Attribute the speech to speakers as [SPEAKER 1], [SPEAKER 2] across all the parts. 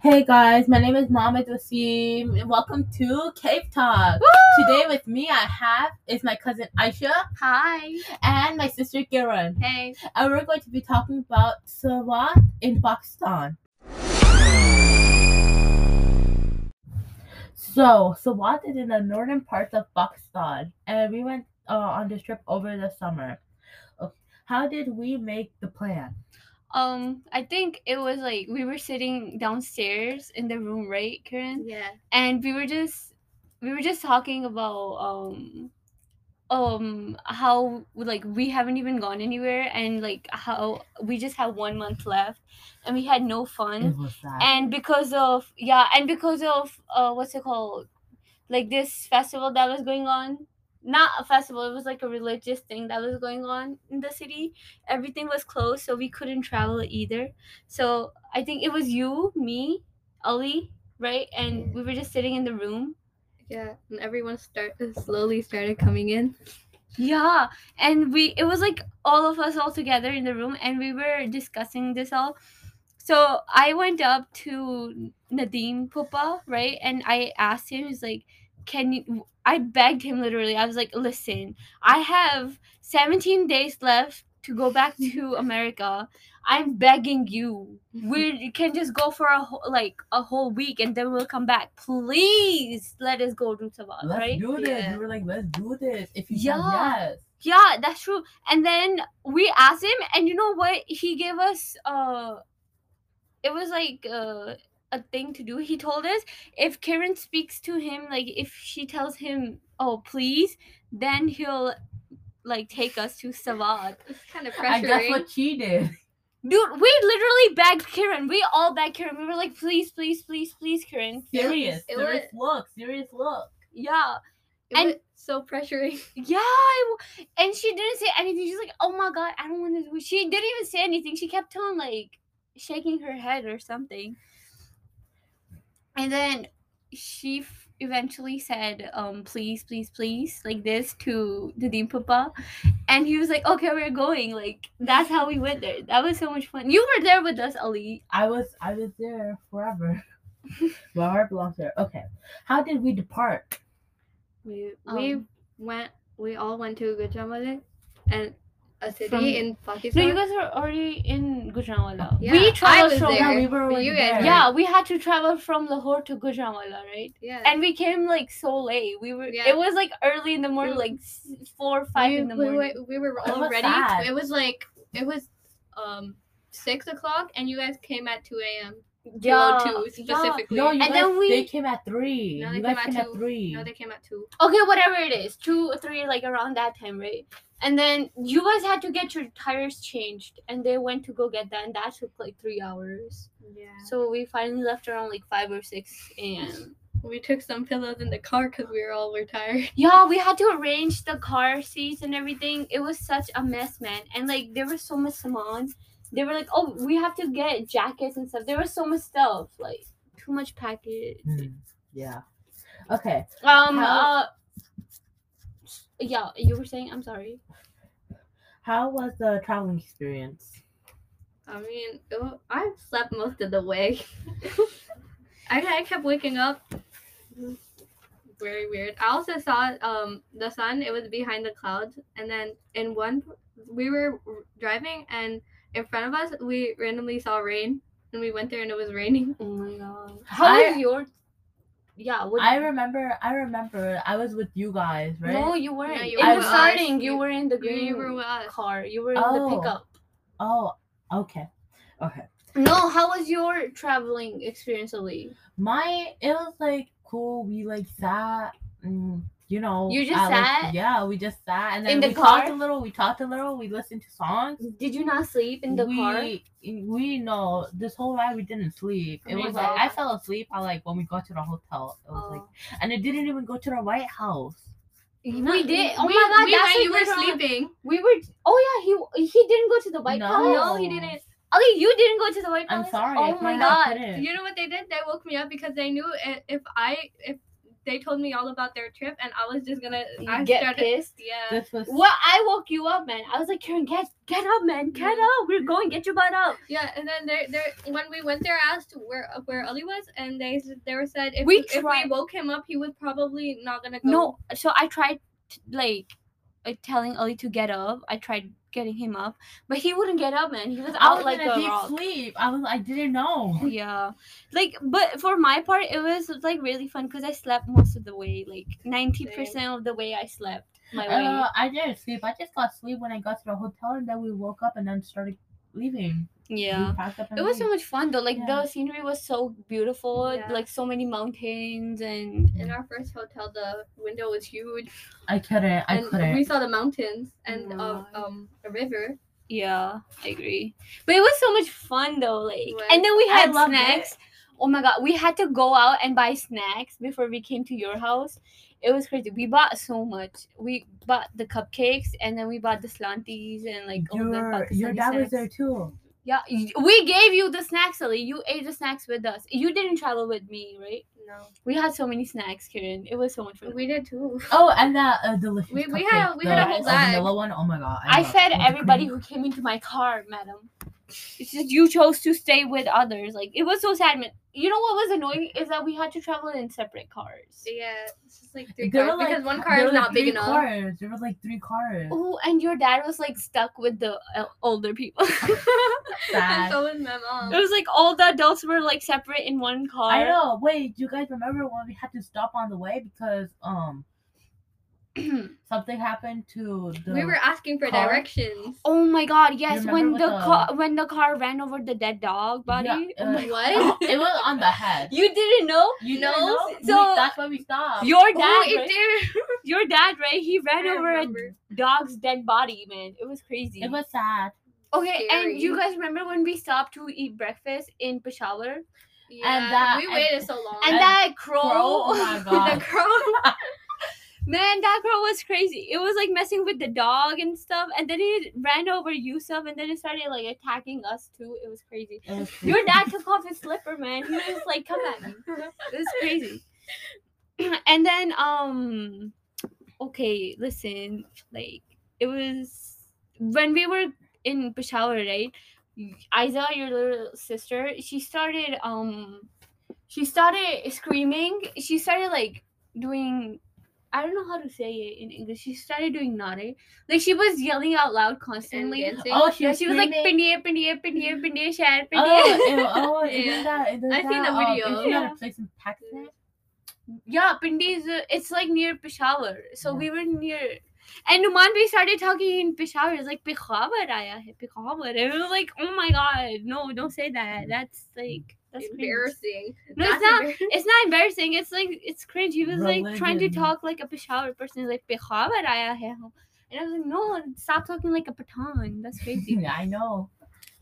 [SPEAKER 1] Hey guys, my name is Mohamed Wasim, and welcome to Cave Talk. Today with me, I have is my cousin Aisha
[SPEAKER 2] Hi.
[SPEAKER 1] and my sister Kiran,
[SPEAKER 2] Hey.
[SPEAKER 1] and we're going to be talking about Sawat in Pakistan. So, Sawat is in the northern parts of Pakistan, and we went uh, on this trip over the summer. Okay. How did we make the plan?
[SPEAKER 2] Um, I think it was like we were sitting downstairs in the room, right, Karen?
[SPEAKER 3] Yeah.
[SPEAKER 2] And we were just we were just talking about um um how like we haven't even gone anywhere and like how we just have one month left and we had no fun
[SPEAKER 1] It was that.
[SPEAKER 2] and because of yeah and because of uh what's it called like this festival that was going on not a festival it was like a religious thing that was going on in the city everything was closed so we couldn't travel either so i think it was you me ali right and we were just sitting in the room
[SPEAKER 3] Yeah. And everyone start slowly started coming in.
[SPEAKER 2] yeah and we it was like all of us all together in the room and we were discussing this all so i went up to nadim pupa right and i asked him he's like can you i begged him literally i was like listen i have 17 days left to go back to america i'm begging you we can just go for a whole like a whole week and then we'll come back please let us go to Sabah,
[SPEAKER 1] Let's
[SPEAKER 2] right
[SPEAKER 1] do this.
[SPEAKER 3] Yeah.
[SPEAKER 1] We were like, let's do this. If you
[SPEAKER 2] Yeah.
[SPEAKER 1] said yes.
[SPEAKER 2] yeah, that's true. And then we asked him, and you know what? He gave us uh, it was like uh, a thing to do. He told us if Karen speaks to him, like if she tells him, "Oh, please," then he'll like take us to Savad.
[SPEAKER 3] It's kind of
[SPEAKER 1] I guess
[SPEAKER 3] pressuring.
[SPEAKER 1] what she did.
[SPEAKER 2] Dude, we literally begged Karen. We all begged Karen. We were like, "Please, please, please, please, Karen."
[SPEAKER 1] Serious.
[SPEAKER 3] it
[SPEAKER 1] serious look. Serious look.
[SPEAKER 2] Yeah.
[SPEAKER 3] It
[SPEAKER 2] and-
[SPEAKER 3] was so pressuring.
[SPEAKER 2] Yeah, I w- and she didn't say anything. She's like, "Oh my god, I don't want to." do it." She didn't even say anything. She kept on like shaking her head or something. And then she f- eventually said, "Um, please, please, please," like this to the dean papa, and he was like, "Okay, we're going." Like that's how we went there. That was so much fun. You were there with us, Ali.
[SPEAKER 1] I was I was there forever. My heart belongs there. Okay. How did we depart?
[SPEAKER 3] We we
[SPEAKER 2] Um,
[SPEAKER 3] went. We all went to Gujarat and a city
[SPEAKER 2] From-
[SPEAKER 3] in
[SPEAKER 2] No,
[SPEAKER 3] Pakistan.
[SPEAKER 2] you guys were already in Gujarawala.
[SPEAKER 3] Yeah,
[SPEAKER 2] we
[SPEAKER 3] I
[SPEAKER 2] traveled
[SPEAKER 3] was
[SPEAKER 2] from
[SPEAKER 3] there.
[SPEAKER 1] Yeah, we were
[SPEAKER 3] Were
[SPEAKER 1] already
[SPEAKER 3] you guys
[SPEAKER 1] there.
[SPEAKER 3] there?
[SPEAKER 2] yeah, we had to travel from Lahore to Gujarawala, right?
[SPEAKER 3] yeah.
[SPEAKER 2] and we came like so late. We were
[SPEAKER 3] Yeah.
[SPEAKER 2] it was like early in the morning,
[SPEAKER 3] We-
[SPEAKER 2] like s- four or five
[SPEAKER 3] we,
[SPEAKER 2] in the
[SPEAKER 3] we
[SPEAKER 2] morning.
[SPEAKER 3] Were, we were
[SPEAKER 1] It
[SPEAKER 3] all
[SPEAKER 1] was
[SPEAKER 3] ready.
[SPEAKER 1] sad.
[SPEAKER 3] It was like it was um six o'clock, and you guys came at two a.m.
[SPEAKER 2] yeah.
[SPEAKER 3] 2:02
[SPEAKER 2] yeah.
[SPEAKER 3] specifically.
[SPEAKER 1] No, you
[SPEAKER 2] And
[SPEAKER 1] guys,
[SPEAKER 2] then we-
[SPEAKER 1] they came at three.
[SPEAKER 3] No, they
[SPEAKER 1] you guys
[SPEAKER 3] came at
[SPEAKER 1] came at
[SPEAKER 3] two.
[SPEAKER 1] three.
[SPEAKER 3] No, they came at two.
[SPEAKER 2] Okay, whatever it is, two or three, like around that time, right? And then you guys had to get your tires changed, and they went to go get that, and that took like three hours.
[SPEAKER 3] Yeah.
[SPEAKER 2] So we finally left around like five or six a.m.
[SPEAKER 3] We took some pillows in the car because we were all were tired.
[SPEAKER 2] Yeah, we had to arrange the car seats and everything. It was such a mess, man. And like there was so much saman. They were like, oh, we have to get jackets and stuff. There was so much stuff, like too much package.
[SPEAKER 1] Hmm, Yeah. Okay.
[SPEAKER 2] Um.
[SPEAKER 1] How-
[SPEAKER 2] Uh, yeah, you were saying. I'm sorry.
[SPEAKER 1] How was the traveling experience?
[SPEAKER 3] I mean, it wa- I slept most of the way. I, I kept waking up. Very weird. I also saw um the sun. It was behind the clouds, and then in one, we were driving, and in front of us, we randomly saw rain, and we went there, and it was raining.
[SPEAKER 2] Oh my god. How
[SPEAKER 1] I-
[SPEAKER 2] was your? Yeah. What,
[SPEAKER 1] I remember I remember I was with you guys, right?
[SPEAKER 2] No, you weren't.
[SPEAKER 3] No, you
[SPEAKER 2] it
[SPEAKER 1] were
[SPEAKER 2] was
[SPEAKER 1] with
[SPEAKER 2] starting.
[SPEAKER 3] us.
[SPEAKER 2] You
[SPEAKER 3] You-
[SPEAKER 2] were in the green
[SPEAKER 3] You were with us.
[SPEAKER 2] car. You were in the
[SPEAKER 1] Oh.
[SPEAKER 2] pickup.
[SPEAKER 1] Oh, okay. Okay.
[SPEAKER 2] No. How was your traveling experience, Ali?
[SPEAKER 1] My it was like cool. We like sat, mm, you know.
[SPEAKER 2] You just
[SPEAKER 1] at, like-
[SPEAKER 2] sat?
[SPEAKER 1] yeah, we just sat, and then
[SPEAKER 2] In the
[SPEAKER 1] we talked
[SPEAKER 2] car?
[SPEAKER 1] a little. We talked a little. We listened to songs.
[SPEAKER 2] Did you not sleep in the
[SPEAKER 1] we,
[SPEAKER 2] car?
[SPEAKER 1] We know this whole ride we didn't sleep. It
[SPEAKER 2] Oh my
[SPEAKER 1] was like
[SPEAKER 2] God.
[SPEAKER 1] I fell asleep. I like when we got to the hotel. It was like,
[SPEAKER 2] Oh.
[SPEAKER 1] and it didn't even go to the White House.
[SPEAKER 2] we did. Oh
[SPEAKER 3] we,
[SPEAKER 2] my god, that's
[SPEAKER 3] we went,
[SPEAKER 2] like
[SPEAKER 3] you were
[SPEAKER 2] later on.
[SPEAKER 3] sleeping.
[SPEAKER 2] We were. Oh yeah, he he didn't go to the White
[SPEAKER 1] No.
[SPEAKER 2] Palace.
[SPEAKER 3] No, he didn't.
[SPEAKER 2] Ali, you didn't go to the White
[SPEAKER 1] I'm
[SPEAKER 2] Palace.
[SPEAKER 1] sorry.
[SPEAKER 2] Oh
[SPEAKER 1] I
[SPEAKER 2] my
[SPEAKER 1] kinda
[SPEAKER 2] god.
[SPEAKER 1] couldn't.
[SPEAKER 3] You know what they did? They woke me up because they knew i- if I if they told me all about their trip, and I was just gonna I
[SPEAKER 2] You get
[SPEAKER 3] started,
[SPEAKER 2] pissed.
[SPEAKER 3] yeah.
[SPEAKER 1] This was
[SPEAKER 2] Well, I woke you up, man. I was like, Karen, get get up, man, get up. We're going, get your butt up.
[SPEAKER 3] Yeah, and then they they when we went there, I asked where uh, where Ali was, and they s- they were said if
[SPEAKER 2] We
[SPEAKER 3] we, if we
[SPEAKER 2] tried-
[SPEAKER 3] woke him up, he was probably not gonna go.
[SPEAKER 2] No, so I tried t- like uh, telling Ali to get up. I tried getting him up, but he wouldn't get up, man. He was
[SPEAKER 1] I
[SPEAKER 2] out
[SPEAKER 1] was
[SPEAKER 2] like
[SPEAKER 1] in a
[SPEAKER 2] a
[SPEAKER 1] deep
[SPEAKER 2] rock.
[SPEAKER 1] sleep. I was I didn't know.
[SPEAKER 2] Yeah, like but for my part, it was like really fun because I slept most of the way, like ninety percent of the way I slept. My way.
[SPEAKER 1] Uh, I didn't sleep. I just got sleep when I got to the hotel, and then we woke up and then started leaving. We
[SPEAKER 2] yeah.
[SPEAKER 1] packed up and
[SPEAKER 2] It was so
[SPEAKER 1] leave.
[SPEAKER 2] much fun though. Like
[SPEAKER 1] Yeah.
[SPEAKER 2] the scenery was so beautiful,
[SPEAKER 3] Yeah.
[SPEAKER 2] like so many mountains and
[SPEAKER 3] In our first hotel, the window was huge,
[SPEAKER 1] I couldn't. I
[SPEAKER 3] and
[SPEAKER 1] couldn't.
[SPEAKER 3] we saw the mountains and um,
[SPEAKER 2] Right.
[SPEAKER 3] um a river.
[SPEAKER 2] yeah, I agree. But it was so much fun though. Like
[SPEAKER 3] was.
[SPEAKER 2] and then we
[SPEAKER 1] I
[SPEAKER 2] had
[SPEAKER 1] loved it.
[SPEAKER 2] snacks. Oh my god, we had to go out and buy snacks before we came to your house. It was crazy. We bought so much. We bought the cupcakes and then we bought the slanties and like all
[SPEAKER 3] oh,
[SPEAKER 2] the
[SPEAKER 1] your your
[SPEAKER 2] Pakistani
[SPEAKER 1] dad was
[SPEAKER 2] snacks.
[SPEAKER 1] there too.
[SPEAKER 2] Yeah, y- we gave you the snacks, Ali. You ate the snacks with us. You didn't travel with me, right?
[SPEAKER 3] No,
[SPEAKER 2] We had so many snacks, Karen. It was so much fun.
[SPEAKER 3] we did too.
[SPEAKER 1] Oh, and that uh, delicious.
[SPEAKER 3] We- we had-
[SPEAKER 1] cupcake,
[SPEAKER 3] we had
[SPEAKER 2] a
[SPEAKER 1] the
[SPEAKER 2] whole
[SPEAKER 3] bag.
[SPEAKER 1] vanilla one. Oh my god!
[SPEAKER 2] I
[SPEAKER 1] love
[SPEAKER 2] fed
[SPEAKER 1] it. With the
[SPEAKER 2] everybody
[SPEAKER 1] cream.
[SPEAKER 2] who came into my car, madam. It's just you chose to stay with others. Like it was so sad. Man. You know what was annoying is that we had to travel in separate cars.
[SPEAKER 3] Yeah, it's just like three
[SPEAKER 1] There
[SPEAKER 3] cars
[SPEAKER 1] were, like-
[SPEAKER 3] because one
[SPEAKER 1] there
[SPEAKER 3] car
[SPEAKER 1] were,
[SPEAKER 3] is
[SPEAKER 1] like,
[SPEAKER 3] not big
[SPEAKER 1] three
[SPEAKER 3] enough.
[SPEAKER 1] Cars. There were like three cars.
[SPEAKER 2] Oh, and your dad was like stuck with the uh, older people. it
[SPEAKER 1] Sad.
[SPEAKER 3] And so was my mom.
[SPEAKER 2] was like all the adults were like separate in one car.
[SPEAKER 1] I know. Wait, do you guys remember when we had to stop on the way because um something happened to the
[SPEAKER 3] we were asking for
[SPEAKER 1] car?
[SPEAKER 3] directions.
[SPEAKER 2] oh my god, yes.
[SPEAKER 1] remember
[SPEAKER 2] When
[SPEAKER 1] with
[SPEAKER 2] the,
[SPEAKER 1] the-
[SPEAKER 2] car when the car ran over the dead dog body.
[SPEAKER 1] Yeah,
[SPEAKER 2] Oh my-
[SPEAKER 1] uh,
[SPEAKER 3] What?
[SPEAKER 1] it was on the head.
[SPEAKER 2] you didn't know?
[SPEAKER 1] You
[SPEAKER 3] No,
[SPEAKER 1] know,
[SPEAKER 2] so-
[SPEAKER 1] that's why we stopped.
[SPEAKER 2] Your dad.
[SPEAKER 3] oh, it
[SPEAKER 2] right?
[SPEAKER 3] did.
[SPEAKER 2] Your dad, right? He ran
[SPEAKER 3] I
[SPEAKER 2] over
[SPEAKER 3] remember.
[SPEAKER 2] a dog's dead body, man. It was crazy.
[SPEAKER 1] it was sad.
[SPEAKER 2] okay,
[SPEAKER 3] scary.
[SPEAKER 2] and you guys remember when we stopped to eat breakfast in Peshawar?
[SPEAKER 3] Yeah,
[SPEAKER 1] that-
[SPEAKER 3] we
[SPEAKER 1] and-
[SPEAKER 3] waited so long.
[SPEAKER 2] And
[SPEAKER 1] And
[SPEAKER 2] that crow,
[SPEAKER 1] Bro, oh my
[SPEAKER 3] the
[SPEAKER 1] god.
[SPEAKER 3] girl.
[SPEAKER 2] man, that crow was crazy. It was like messing with the dog and stuff, and then it ran over Yusuf, and then it started like attacking us too. It was crazy.
[SPEAKER 1] It was
[SPEAKER 2] Your dad took off his slipper, man. He was just like, "Come at me." It was crazy. and then, um, okay, listen, like it was when we were in Peshawar, right? Isa, your little sister, she started, um, she started screaming. She started like doing. I don't know how to say it in English. She started doing naughty. Like she was yelling out loud constantly.
[SPEAKER 3] dancing.
[SPEAKER 1] Oh, she
[SPEAKER 2] Yeah,
[SPEAKER 1] was,
[SPEAKER 2] she was like
[SPEAKER 1] screaming.
[SPEAKER 2] pindiya, pindiya, pindiya, pindiya, share,
[SPEAKER 1] Oh,
[SPEAKER 2] pindiya.
[SPEAKER 1] ew, oh, isn't
[SPEAKER 3] Yeah.
[SPEAKER 1] that? Isn't
[SPEAKER 3] I've
[SPEAKER 1] that,
[SPEAKER 3] seen the
[SPEAKER 1] um,
[SPEAKER 3] video.
[SPEAKER 1] Isn't that
[SPEAKER 2] Yeah.
[SPEAKER 1] a place in Pakistan?
[SPEAKER 2] yeah, Pindi is uh, it's like near Peshawar, so
[SPEAKER 1] Yeah.
[SPEAKER 2] we were near. And Numan we started talking in Peshawar. It's like Peshawar aaya hai, Peshawar. And we were like, oh my god, no, don't say that. That's like that's cringe.
[SPEAKER 3] embarrassing.
[SPEAKER 2] No, it's
[SPEAKER 3] That's
[SPEAKER 2] not-
[SPEAKER 3] embar-
[SPEAKER 2] It's not embarrassing. It's like it's cringe. He was like trying to
[SPEAKER 1] Religion.
[SPEAKER 2] talk like a Peshawar person. He's like Peshawar aaya hai hum." And I was like, no, stop talking like a Pathan. That's crazy.
[SPEAKER 1] I know.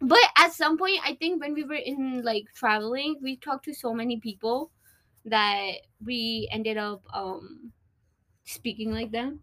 [SPEAKER 2] But at some point, I think when we were in like traveling, we talked to so many people that we ended up um speaking like them.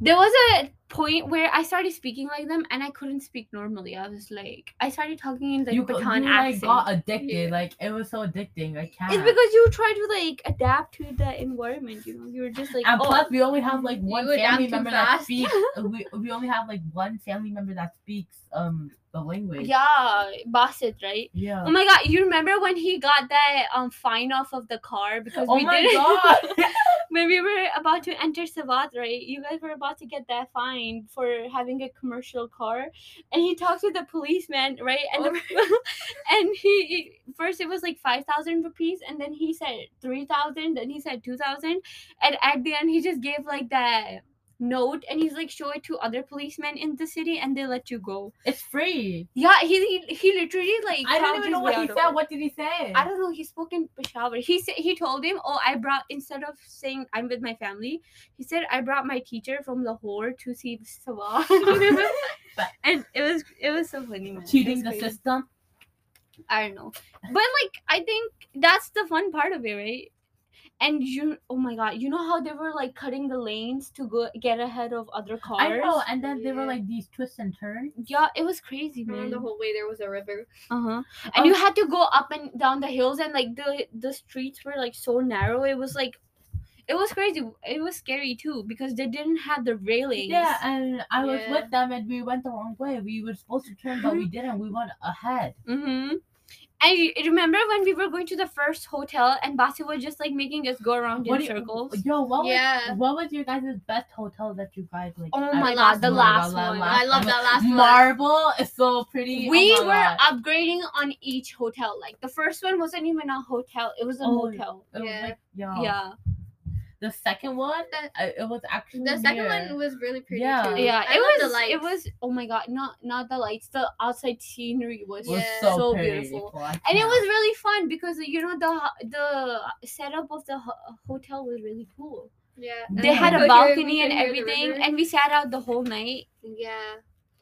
[SPEAKER 2] There was a point where I started speaking like them and I couldn't speak normally. I was like, I started talking in the
[SPEAKER 1] you go- you,
[SPEAKER 2] Bhutan
[SPEAKER 1] like
[SPEAKER 2] accent.
[SPEAKER 1] got addicted.
[SPEAKER 3] Yeah.
[SPEAKER 1] Like it was so addicting. I can't.
[SPEAKER 2] it's because you try to like adapt to the environment, you know. You were just like,
[SPEAKER 1] And
[SPEAKER 2] oh,
[SPEAKER 1] plus, we only have like one
[SPEAKER 3] would
[SPEAKER 1] family
[SPEAKER 3] act too
[SPEAKER 1] member that
[SPEAKER 3] fast.
[SPEAKER 1] speaks. uh, we, we only have like one family member that speaks um the language.
[SPEAKER 2] yeah, Bassett, right?
[SPEAKER 1] Yeah.
[SPEAKER 2] Oh my god, you remember when he got that um fine off of the car because
[SPEAKER 1] Oh
[SPEAKER 2] we
[SPEAKER 1] my
[SPEAKER 2] didn't
[SPEAKER 1] god!
[SPEAKER 2] when we were about to enter Savat, right? You guys were about to get that fine for having a commercial car, and he talked to the policeman, right? And
[SPEAKER 1] Oh.
[SPEAKER 2] the, and he first it was like five thousand rupees, and then he said three thousand, then he said two thousand, and at the end he just gave like that note, and he's like show it to other policemen in the city, and they let you go.
[SPEAKER 1] It's free.
[SPEAKER 2] Yeah, he he, he literally like
[SPEAKER 1] I don't
[SPEAKER 2] talked
[SPEAKER 1] even
[SPEAKER 2] his
[SPEAKER 1] know
[SPEAKER 2] way
[SPEAKER 1] what he
[SPEAKER 2] out of
[SPEAKER 1] said.
[SPEAKER 2] it.
[SPEAKER 1] What did he say?
[SPEAKER 2] I don't know. He spoke in Peshawar. He said he told him, "Oh, I brought instead of saying I'm with my family, he said I brought my teacher from Lahore to see Sawa." and it was it was so funny. man. It
[SPEAKER 1] Cheating
[SPEAKER 2] was
[SPEAKER 1] the
[SPEAKER 2] crazy.
[SPEAKER 1] system.
[SPEAKER 2] I don't know, but like I think that's the fun part of it, right? And you, oh my god, you know how they were like cutting the lanes to go get ahead of other cars.
[SPEAKER 1] I know. And then there were
[SPEAKER 3] Yeah.
[SPEAKER 1] like these twists and turns.
[SPEAKER 2] Yeah, it was crazy, man.
[SPEAKER 3] Around the whole way there was a river.
[SPEAKER 2] Uh-huh. And
[SPEAKER 1] Um,
[SPEAKER 2] you had to go up and down the hills and like the the streets were like so narrow. It was like It was crazy. It was scary too because they didn't have the railings.
[SPEAKER 1] Yeah, and I was
[SPEAKER 3] Yeah.
[SPEAKER 1] with them, and we went the wrong way. We were supposed to turn, but we didn't. We went ahead.
[SPEAKER 2] Mm-hmm. And you- you remember when we were going to the first hotel and Basi was just like making us go around
[SPEAKER 1] What do
[SPEAKER 2] in
[SPEAKER 1] you- Oh,
[SPEAKER 2] circles?
[SPEAKER 1] Yo, what was
[SPEAKER 3] Yeah.
[SPEAKER 1] what was your guys' best hotel that you guys like?
[SPEAKER 2] Oh
[SPEAKER 1] ever-
[SPEAKER 2] my God, the
[SPEAKER 1] oh
[SPEAKER 2] last
[SPEAKER 1] la-
[SPEAKER 2] one.
[SPEAKER 3] I love that last one.
[SPEAKER 1] Marble is so pretty.
[SPEAKER 2] we
[SPEAKER 1] oh
[SPEAKER 2] were
[SPEAKER 1] my God.
[SPEAKER 2] upgrading on each hotel. Like the first one wasn't even a hotel; it was a
[SPEAKER 1] Oh,
[SPEAKER 2] motel.
[SPEAKER 1] It was
[SPEAKER 3] Yeah.
[SPEAKER 1] like, yo.
[SPEAKER 2] Yeah,
[SPEAKER 1] The second one,
[SPEAKER 3] The-
[SPEAKER 1] I- it was actually
[SPEAKER 3] The second
[SPEAKER 1] weird.
[SPEAKER 3] one was really pretty
[SPEAKER 1] Yeah.
[SPEAKER 3] too.
[SPEAKER 2] yeah.
[SPEAKER 3] I
[SPEAKER 2] it
[SPEAKER 3] love
[SPEAKER 2] was.
[SPEAKER 3] the lights.
[SPEAKER 2] It was. Oh my god! Not not the lights. The outside scenery was,
[SPEAKER 1] It was
[SPEAKER 3] Yeah.
[SPEAKER 1] so,
[SPEAKER 2] so
[SPEAKER 1] pretty.
[SPEAKER 2] beautiful.
[SPEAKER 1] cool. I
[SPEAKER 2] and it
[SPEAKER 1] can't-
[SPEAKER 2] was really fun because you know the ho- the setup of the ho- hotel was really cool.
[SPEAKER 3] yeah.
[SPEAKER 2] they
[SPEAKER 1] we
[SPEAKER 2] had a
[SPEAKER 1] could
[SPEAKER 2] balcony and
[SPEAKER 3] and
[SPEAKER 2] everything,
[SPEAKER 3] we could hear the river.
[SPEAKER 2] and we sat out the whole night.
[SPEAKER 3] yeah,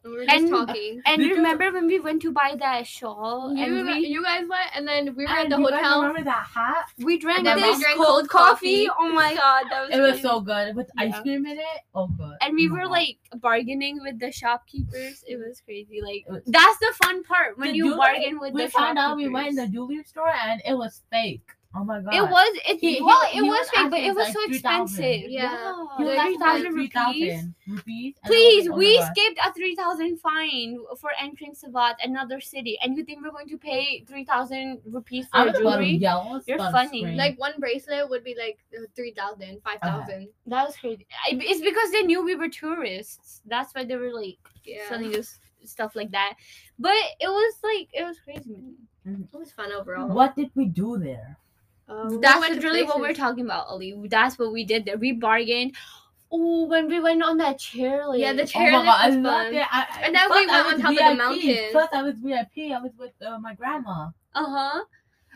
[SPEAKER 3] and we were just
[SPEAKER 2] And-
[SPEAKER 3] talking.
[SPEAKER 2] And
[SPEAKER 1] Because-
[SPEAKER 2] remember when we went to buy that shawl
[SPEAKER 3] You,
[SPEAKER 2] and we
[SPEAKER 3] you guys went, and then we were at
[SPEAKER 1] And
[SPEAKER 3] the
[SPEAKER 1] you guys
[SPEAKER 3] hotel.
[SPEAKER 1] remember that hat?
[SPEAKER 2] we drank
[SPEAKER 3] And then we
[SPEAKER 2] this
[SPEAKER 3] drank
[SPEAKER 2] cold,
[SPEAKER 3] cold
[SPEAKER 2] coffee.
[SPEAKER 3] coffee.
[SPEAKER 2] Oh my god, that was
[SPEAKER 1] It was
[SPEAKER 2] crazy.
[SPEAKER 1] so good with ice
[SPEAKER 2] Yeah.
[SPEAKER 1] cream in it. Oh, good.
[SPEAKER 2] and we
[SPEAKER 1] Oh my
[SPEAKER 2] were
[SPEAKER 1] God.
[SPEAKER 2] like bargaining with the shopkeepers. It was crazy. Like
[SPEAKER 1] It was-
[SPEAKER 2] that's the fun part when
[SPEAKER 1] The
[SPEAKER 2] you
[SPEAKER 1] jewelry,
[SPEAKER 2] bargain with
[SPEAKER 1] we
[SPEAKER 2] the
[SPEAKER 1] found out we went in the
[SPEAKER 2] shopkeepers.
[SPEAKER 1] jewelry store and it was fake. Oh my god.
[SPEAKER 2] It was it
[SPEAKER 1] He- he-
[SPEAKER 2] well
[SPEAKER 1] he
[SPEAKER 2] it
[SPEAKER 1] was
[SPEAKER 2] was fake, but
[SPEAKER 1] asking
[SPEAKER 2] it was
[SPEAKER 1] like
[SPEAKER 2] so
[SPEAKER 1] 3,000.
[SPEAKER 2] expensive.
[SPEAKER 3] Yeah.
[SPEAKER 1] He was
[SPEAKER 2] three
[SPEAKER 3] Like
[SPEAKER 1] asking
[SPEAKER 2] thousand
[SPEAKER 1] like
[SPEAKER 2] rupees.
[SPEAKER 1] 3,000 rupees. and I was
[SPEAKER 2] Please,
[SPEAKER 1] like, oh my
[SPEAKER 2] we
[SPEAKER 1] God.
[SPEAKER 2] skipped a 3,000 fine for entering Savat, another city, and you think we're going to pay 3,000 rupees
[SPEAKER 1] oh I
[SPEAKER 2] for
[SPEAKER 1] was about to
[SPEAKER 2] jewelry?
[SPEAKER 1] yell. I was
[SPEAKER 2] You're
[SPEAKER 1] about to
[SPEAKER 2] funny.
[SPEAKER 1] scream.
[SPEAKER 3] Like one bracelet would be like uh, three thousand, five thousand.
[SPEAKER 2] That was crazy. I- It's because they knew we were tourists. That's why they were like
[SPEAKER 3] Yeah,
[SPEAKER 2] selling us stuff like that. But it was like, it was crazy. man.
[SPEAKER 3] it was fun overall.
[SPEAKER 1] what did we do there?
[SPEAKER 3] Um, we
[SPEAKER 2] That's
[SPEAKER 3] went to
[SPEAKER 2] literally what we're
[SPEAKER 3] places.
[SPEAKER 2] talking about, Ali. That's what we did there. We bargained. Oh, when we went on that chair, like,
[SPEAKER 3] Yeah, the
[SPEAKER 1] Oh
[SPEAKER 3] chair-
[SPEAKER 1] my
[SPEAKER 3] Cheers,
[SPEAKER 1] god, I
[SPEAKER 3] it was
[SPEAKER 1] loved
[SPEAKER 3] fun.
[SPEAKER 1] it. I, I-
[SPEAKER 3] And then we
[SPEAKER 1] plus I
[SPEAKER 3] went on
[SPEAKER 1] was
[SPEAKER 3] top of the
[SPEAKER 1] VIP.
[SPEAKER 3] mountain.
[SPEAKER 1] Plus, I was VIP. I was with uh, my grandma.
[SPEAKER 2] Uh huh.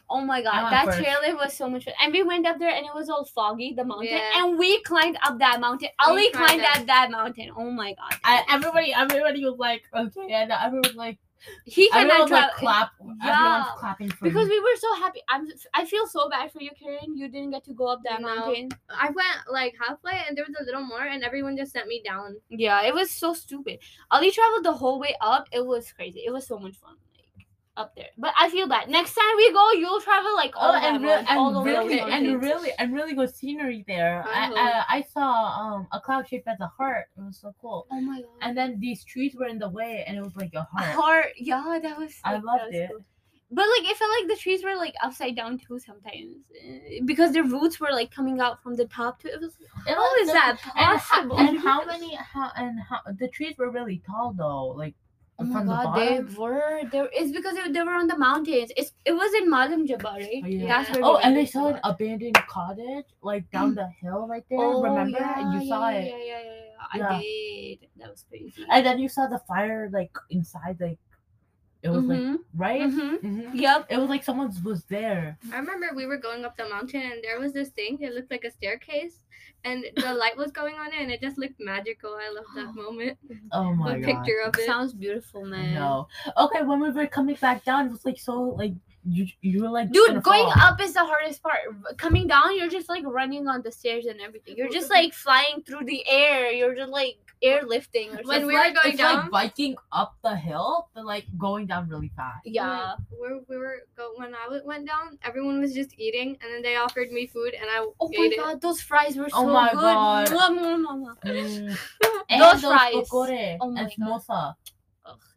[SPEAKER 2] Oh my
[SPEAKER 1] went
[SPEAKER 2] god, that
[SPEAKER 1] first.
[SPEAKER 2] chairlift was so much fun. And we went up there and it was all foggy, the mountain.
[SPEAKER 3] Yeah.
[SPEAKER 2] And we climbed up that mountain. Ali
[SPEAKER 3] climbed
[SPEAKER 2] climbed
[SPEAKER 3] up.
[SPEAKER 2] up that mountain. Oh my god.
[SPEAKER 1] I, everybody, everybody was like, okay, and everyone was like,
[SPEAKER 2] He
[SPEAKER 1] everyone
[SPEAKER 2] cannot
[SPEAKER 1] was like,
[SPEAKER 2] tra-
[SPEAKER 1] clap.
[SPEAKER 2] Yeah.
[SPEAKER 1] Everyone's clapping for
[SPEAKER 2] Because
[SPEAKER 1] me.
[SPEAKER 2] we were so happy. I'm I feel so bad for you, Karen. You didn't get to go up that
[SPEAKER 3] No.
[SPEAKER 2] mountain.
[SPEAKER 3] I went like halfway, and there was a little more, and everyone just sent me down.
[SPEAKER 2] Yeah, it was so stupid. Ali traveled the whole way up. It was crazy. It was so much fun. Like up there. But I feel bad. Next time we go, you'll travel like all
[SPEAKER 1] Oh, and,
[SPEAKER 2] that
[SPEAKER 1] real
[SPEAKER 2] mountain, all the
[SPEAKER 1] and
[SPEAKER 2] way up
[SPEAKER 1] really,
[SPEAKER 2] the
[SPEAKER 1] and
[SPEAKER 2] mountain.
[SPEAKER 1] really, and really good scenery there. I, uh,
[SPEAKER 3] Uh-huh.
[SPEAKER 1] I, I saw um a cloud shaped as a heart. It was so cool.
[SPEAKER 2] Oh my god.
[SPEAKER 1] And then these trees were in the way, and it was like a heart.
[SPEAKER 2] heart. Yeah, that was.
[SPEAKER 1] I
[SPEAKER 2] like, that
[SPEAKER 1] loved
[SPEAKER 2] was
[SPEAKER 1] it.
[SPEAKER 2] cool. But like, it felt like the trees were like upside down too sometimes eh, because their roots were like coming out from the top too. It was. like,
[SPEAKER 1] It
[SPEAKER 2] How
[SPEAKER 1] was
[SPEAKER 2] is
[SPEAKER 1] so-
[SPEAKER 2] that
[SPEAKER 1] And, ho-
[SPEAKER 2] possible?
[SPEAKER 1] and how many? How and how the trees were really tall though, like
[SPEAKER 2] Oh my
[SPEAKER 1] from the
[SPEAKER 2] god, they
[SPEAKER 1] bottom.
[SPEAKER 2] were there. It's because they, they were on the mountains. It's it was in Malam Jabal, right?
[SPEAKER 1] Oh, yeah.
[SPEAKER 2] That's where we
[SPEAKER 1] Oh, and
[SPEAKER 2] went
[SPEAKER 1] they
[SPEAKER 2] to
[SPEAKER 1] saw an
[SPEAKER 2] Sabah.
[SPEAKER 1] abandoned cottage like down the hill right there.
[SPEAKER 2] Mm. Oh,
[SPEAKER 1] remember?
[SPEAKER 2] Yeah,
[SPEAKER 1] and you
[SPEAKER 2] yeah,
[SPEAKER 1] saw
[SPEAKER 2] yeah,
[SPEAKER 1] it.
[SPEAKER 2] Yeah, yeah, yeah, yeah. I did. That was crazy.
[SPEAKER 1] And then you saw the fire like inside, like it was like
[SPEAKER 2] Mhm,
[SPEAKER 1] right.
[SPEAKER 2] mhm.
[SPEAKER 1] Mhm.
[SPEAKER 2] Yep.
[SPEAKER 1] It was like someone was there.
[SPEAKER 3] I remember we were going up the mountain, and there was this thing. It looked like a staircase, and the light was going on it, and it just looked magical. I love that moment.
[SPEAKER 1] Oh my
[SPEAKER 3] the
[SPEAKER 1] god.
[SPEAKER 3] picture of it.
[SPEAKER 2] Sounds beautiful, man.
[SPEAKER 1] No. Okay, when we were coming back down, it was like so like you you were like
[SPEAKER 2] Dude,
[SPEAKER 1] gonna
[SPEAKER 2] going
[SPEAKER 1] fall.
[SPEAKER 2] up is the hardest part. Coming down, you're just like running on the stairs and everything. You're just like flying through the air. You're just like airlifting or something.
[SPEAKER 3] When
[SPEAKER 1] It's
[SPEAKER 3] we were
[SPEAKER 1] like-
[SPEAKER 3] going
[SPEAKER 1] it's
[SPEAKER 3] down-
[SPEAKER 1] like biking up the hill, but like going down really fast.
[SPEAKER 2] yeah.
[SPEAKER 3] Where we were go when I w- went down, everyone was just eating, and then they offered me food, and I
[SPEAKER 2] Oh my
[SPEAKER 3] ate it.
[SPEAKER 2] god, those fries were so
[SPEAKER 1] Oh my
[SPEAKER 2] good.
[SPEAKER 1] God.
[SPEAKER 2] Mwah, mwah, mwah, mwah.
[SPEAKER 1] Mm. and
[SPEAKER 2] Those fries.
[SPEAKER 1] Pokore
[SPEAKER 2] Oh my
[SPEAKER 1] and
[SPEAKER 2] God.
[SPEAKER 1] samosa.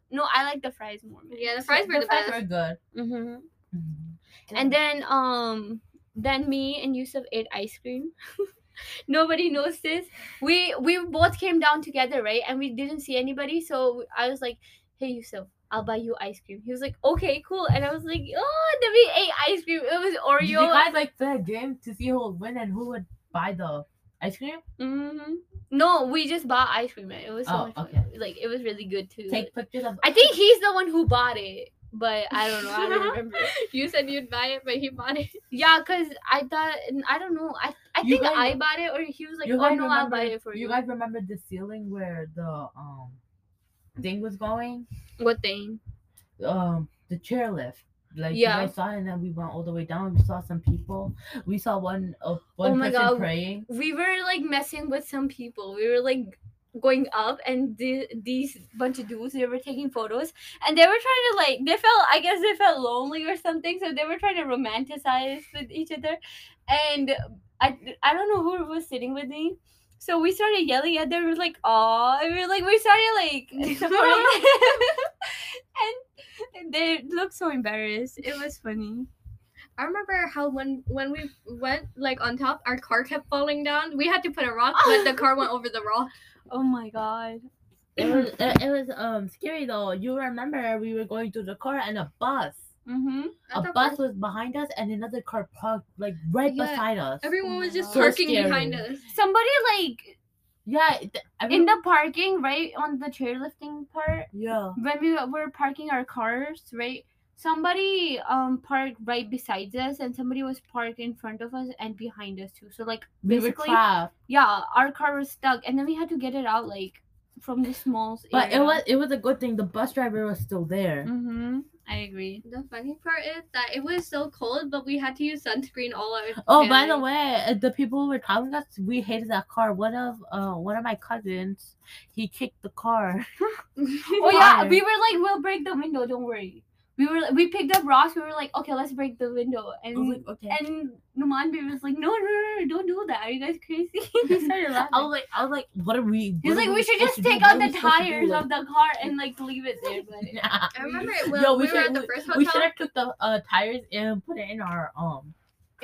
[SPEAKER 2] No, I like the fries more. Man.
[SPEAKER 3] Yeah, the fries were the, best.
[SPEAKER 1] Were good.
[SPEAKER 2] hmm
[SPEAKER 1] Mhm.
[SPEAKER 2] Mm-hmm. And then um then me and Yusuf ate ice cream. Nobody knows this. We we both came down together, right? And we didn't see anybody, so I was like, "Hey Yusuf, I'll buy you ice cream." He was like, "Okay, cool." And I was like, "Oh, then we ate ice cream. It was
[SPEAKER 1] Did you
[SPEAKER 2] Oreo."
[SPEAKER 1] guys like play a game to see who would win and who would buy the ice cream?
[SPEAKER 2] Mhm. No, we just bought ice cream. man. It was so
[SPEAKER 1] Oh,
[SPEAKER 2] much fun.
[SPEAKER 1] okay.
[SPEAKER 2] Like it was really good too.
[SPEAKER 1] Take pictures of
[SPEAKER 2] I think he's the one who bought it, but I don't know. I don't remember.
[SPEAKER 3] you said you'd buy it, but he bought it.
[SPEAKER 2] Yeah, cause I thought and I don't know. I I
[SPEAKER 1] You
[SPEAKER 2] think
[SPEAKER 1] guys-
[SPEAKER 2] I bought it, or he was like,
[SPEAKER 1] you
[SPEAKER 2] "Oh
[SPEAKER 1] guys
[SPEAKER 2] no,
[SPEAKER 1] remember,
[SPEAKER 2] I'll buy it for you."
[SPEAKER 1] guys remember the ceiling where the um thing was going?
[SPEAKER 2] What thing?
[SPEAKER 1] um the chairlift. Like
[SPEAKER 2] Yeah.
[SPEAKER 1] yeah. I saw it and then we went all the way down. We saw some people. We saw one of one
[SPEAKER 2] my
[SPEAKER 1] person
[SPEAKER 2] God.
[SPEAKER 1] praying.
[SPEAKER 2] We were like messing with some people. We were like going up, and the, these bunch of dudes they were taking photos, and they were trying to like they felt I guess they felt lonely or something, so they were trying to romanticize with each other, and I I don't know who was sitting with me. So we started yelling at them. We were like, "Oh!" We were like, we started like supporting them. and they looked so embarrassed. It was funny.
[SPEAKER 3] I remember how when when we went like on top, our car kept falling down. We had to put a rock, but the car went over the rock.
[SPEAKER 2] Oh my god.
[SPEAKER 1] It was it, it was um scary though. You remember we were going through the car and a bus.
[SPEAKER 2] Mm-hmm.
[SPEAKER 3] I
[SPEAKER 1] A
[SPEAKER 3] thought
[SPEAKER 1] bus
[SPEAKER 3] we-
[SPEAKER 1] was behind us and another car parked like right
[SPEAKER 3] Yeah,
[SPEAKER 1] beside us.
[SPEAKER 3] Everyone
[SPEAKER 2] Oh
[SPEAKER 3] was
[SPEAKER 2] my
[SPEAKER 3] just
[SPEAKER 2] God.
[SPEAKER 1] So
[SPEAKER 3] lurking behind
[SPEAKER 1] scary.
[SPEAKER 3] us.
[SPEAKER 2] Somebody like
[SPEAKER 1] yeah, th- every-
[SPEAKER 2] in the parking right on the chairlifting part
[SPEAKER 1] yeah.
[SPEAKER 2] when we were parking our cars, right? Somebody um parked right beside us, and somebody was parked in front of us and behind us too. So like
[SPEAKER 1] We were
[SPEAKER 2] Basically,
[SPEAKER 1] trapped.
[SPEAKER 2] yeah, our car was stuck, and then we had to get it out like from the small.
[SPEAKER 1] But it was it was a good thing the bus driver was still there.
[SPEAKER 2] Mm-hmm. I agree.
[SPEAKER 3] The funny part is that it was so cold, but we had to use sunscreen all our.
[SPEAKER 1] Oh, by the
[SPEAKER 3] time.
[SPEAKER 1] way, uh, the people who were telling us we hated that car. One of uh one of my cousins, he kicked the car.
[SPEAKER 2] Oh yeah,
[SPEAKER 1] Why?
[SPEAKER 2] we were like, we'll break the window. Don't worry. We were we picked up rocks. We were like, okay, let's break the window.
[SPEAKER 1] I
[SPEAKER 2] And
[SPEAKER 1] was like, okay.
[SPEAKER 2] and Numan Bey was like, no, no, no, no, don't do that. Are you guys crazy? he started laughing.
[SPEAKER 1] I was like, I was like, what are we?
[SPEAKER 2] He's
[SPEAKER 1] what are
[SPEAKER 2] like, we should
[SPEAKER 1] supposed
[SPEAKER 2] just
[SPEAKER 1] to do?
[SPEAKER 2] take
[SPEAKER 1] What
[SPEAKER 2] out
[SPEAKER 1] are we
[SPEAKER 2] the
[SPEAKER 1] supposed to do?"
[SPEAKER 2] tires
[SPEAKER 1] Like,
[SPEAKER 2] of the car and like leave it there. But
[SPEAKER 1] nah.
[SPEAKER 3] I remember it when
[SPEAKER 1] Yo,
[SPEAKER 3] we,
[SPEAKER 1] we
[SPEAKER 3] were at
[SPEAKER 1] should-
[SPEAKER 3] the first
[SPEAKER 1] We
[SPEAKER 3] hotel.
[SPEAKER 1] should have took the uh, tires and put it in our um.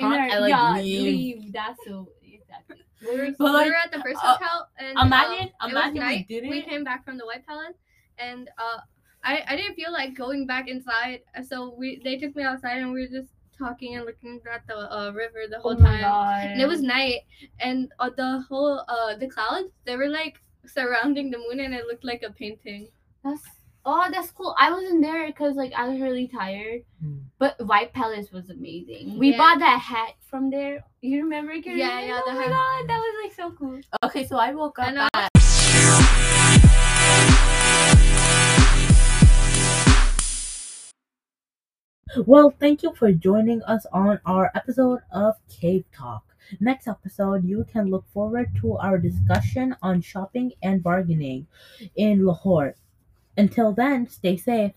[SPEAKER 2] in
[SPEAKER 1] trunk
[SPEAKER 2] our,
[SPEAKER 1] and, like,
[SPEAKER 2] yeah,
[SPEAKER 1] leave.
[SPEAKER 2] leave. That's so exactly.
[SPEAKER 1] Oh
[SPEAKER 3] We were,
[SPEAKER 1] But,
[SPEAKER 3] we
[SPEAKER 1] like,
[SPEAKER 3] were at the first
[SPEAKER 1] uh,
[SPEAKER 3] hotel, and
[SPEAKER 1] imagine-
[SPEAKER 3] um, it was
[SPEAKER 1] imagine we
[SPEAKER 3] night.
[SPEAKER 1] did
[SPEAKER 3] We
[SPEAKER 1] it.
[SPEAKER 3] came back from the White Palace, and uh, I I didn't feel like going back inside, so we they took me outside, and we were just talking and looking at the uh, river the whole time.
[SPEAKER 2] god!
[SPEAKER 3] And it was night, and uh, the whole uh the clouds they were like surrounding the moon, and it looked like a painting.
[SPEAKER 2] That's oh, that's cool. I wasn't there because like I was really tired.
[SPEAKER 1] Mm.
[SPEAKER 2] But White Palace was amazing. We
[SPEAKER 3] Yeah.
[SPEAKER 2] bought that hat from there. You remember? Karen?
[SPEAKER 3] Yeah, yeah,
[SPEAKER 2] Oh
[SPEAKER 3] the
[SPEAKER 2] my
[SPEAKER 3] hat.
[SPEAKER 2] god, that was like so cool.
[SPEAKER 1] Okay, so I woke up
[SPEAKER 3] And, uh,
[SPEAKER 1] at Well, thank you for joining us on our episode of Cave Talk. Next episode, you can look forward to our discussion on shopping and bargaining in Lahore. Until then, stay safe.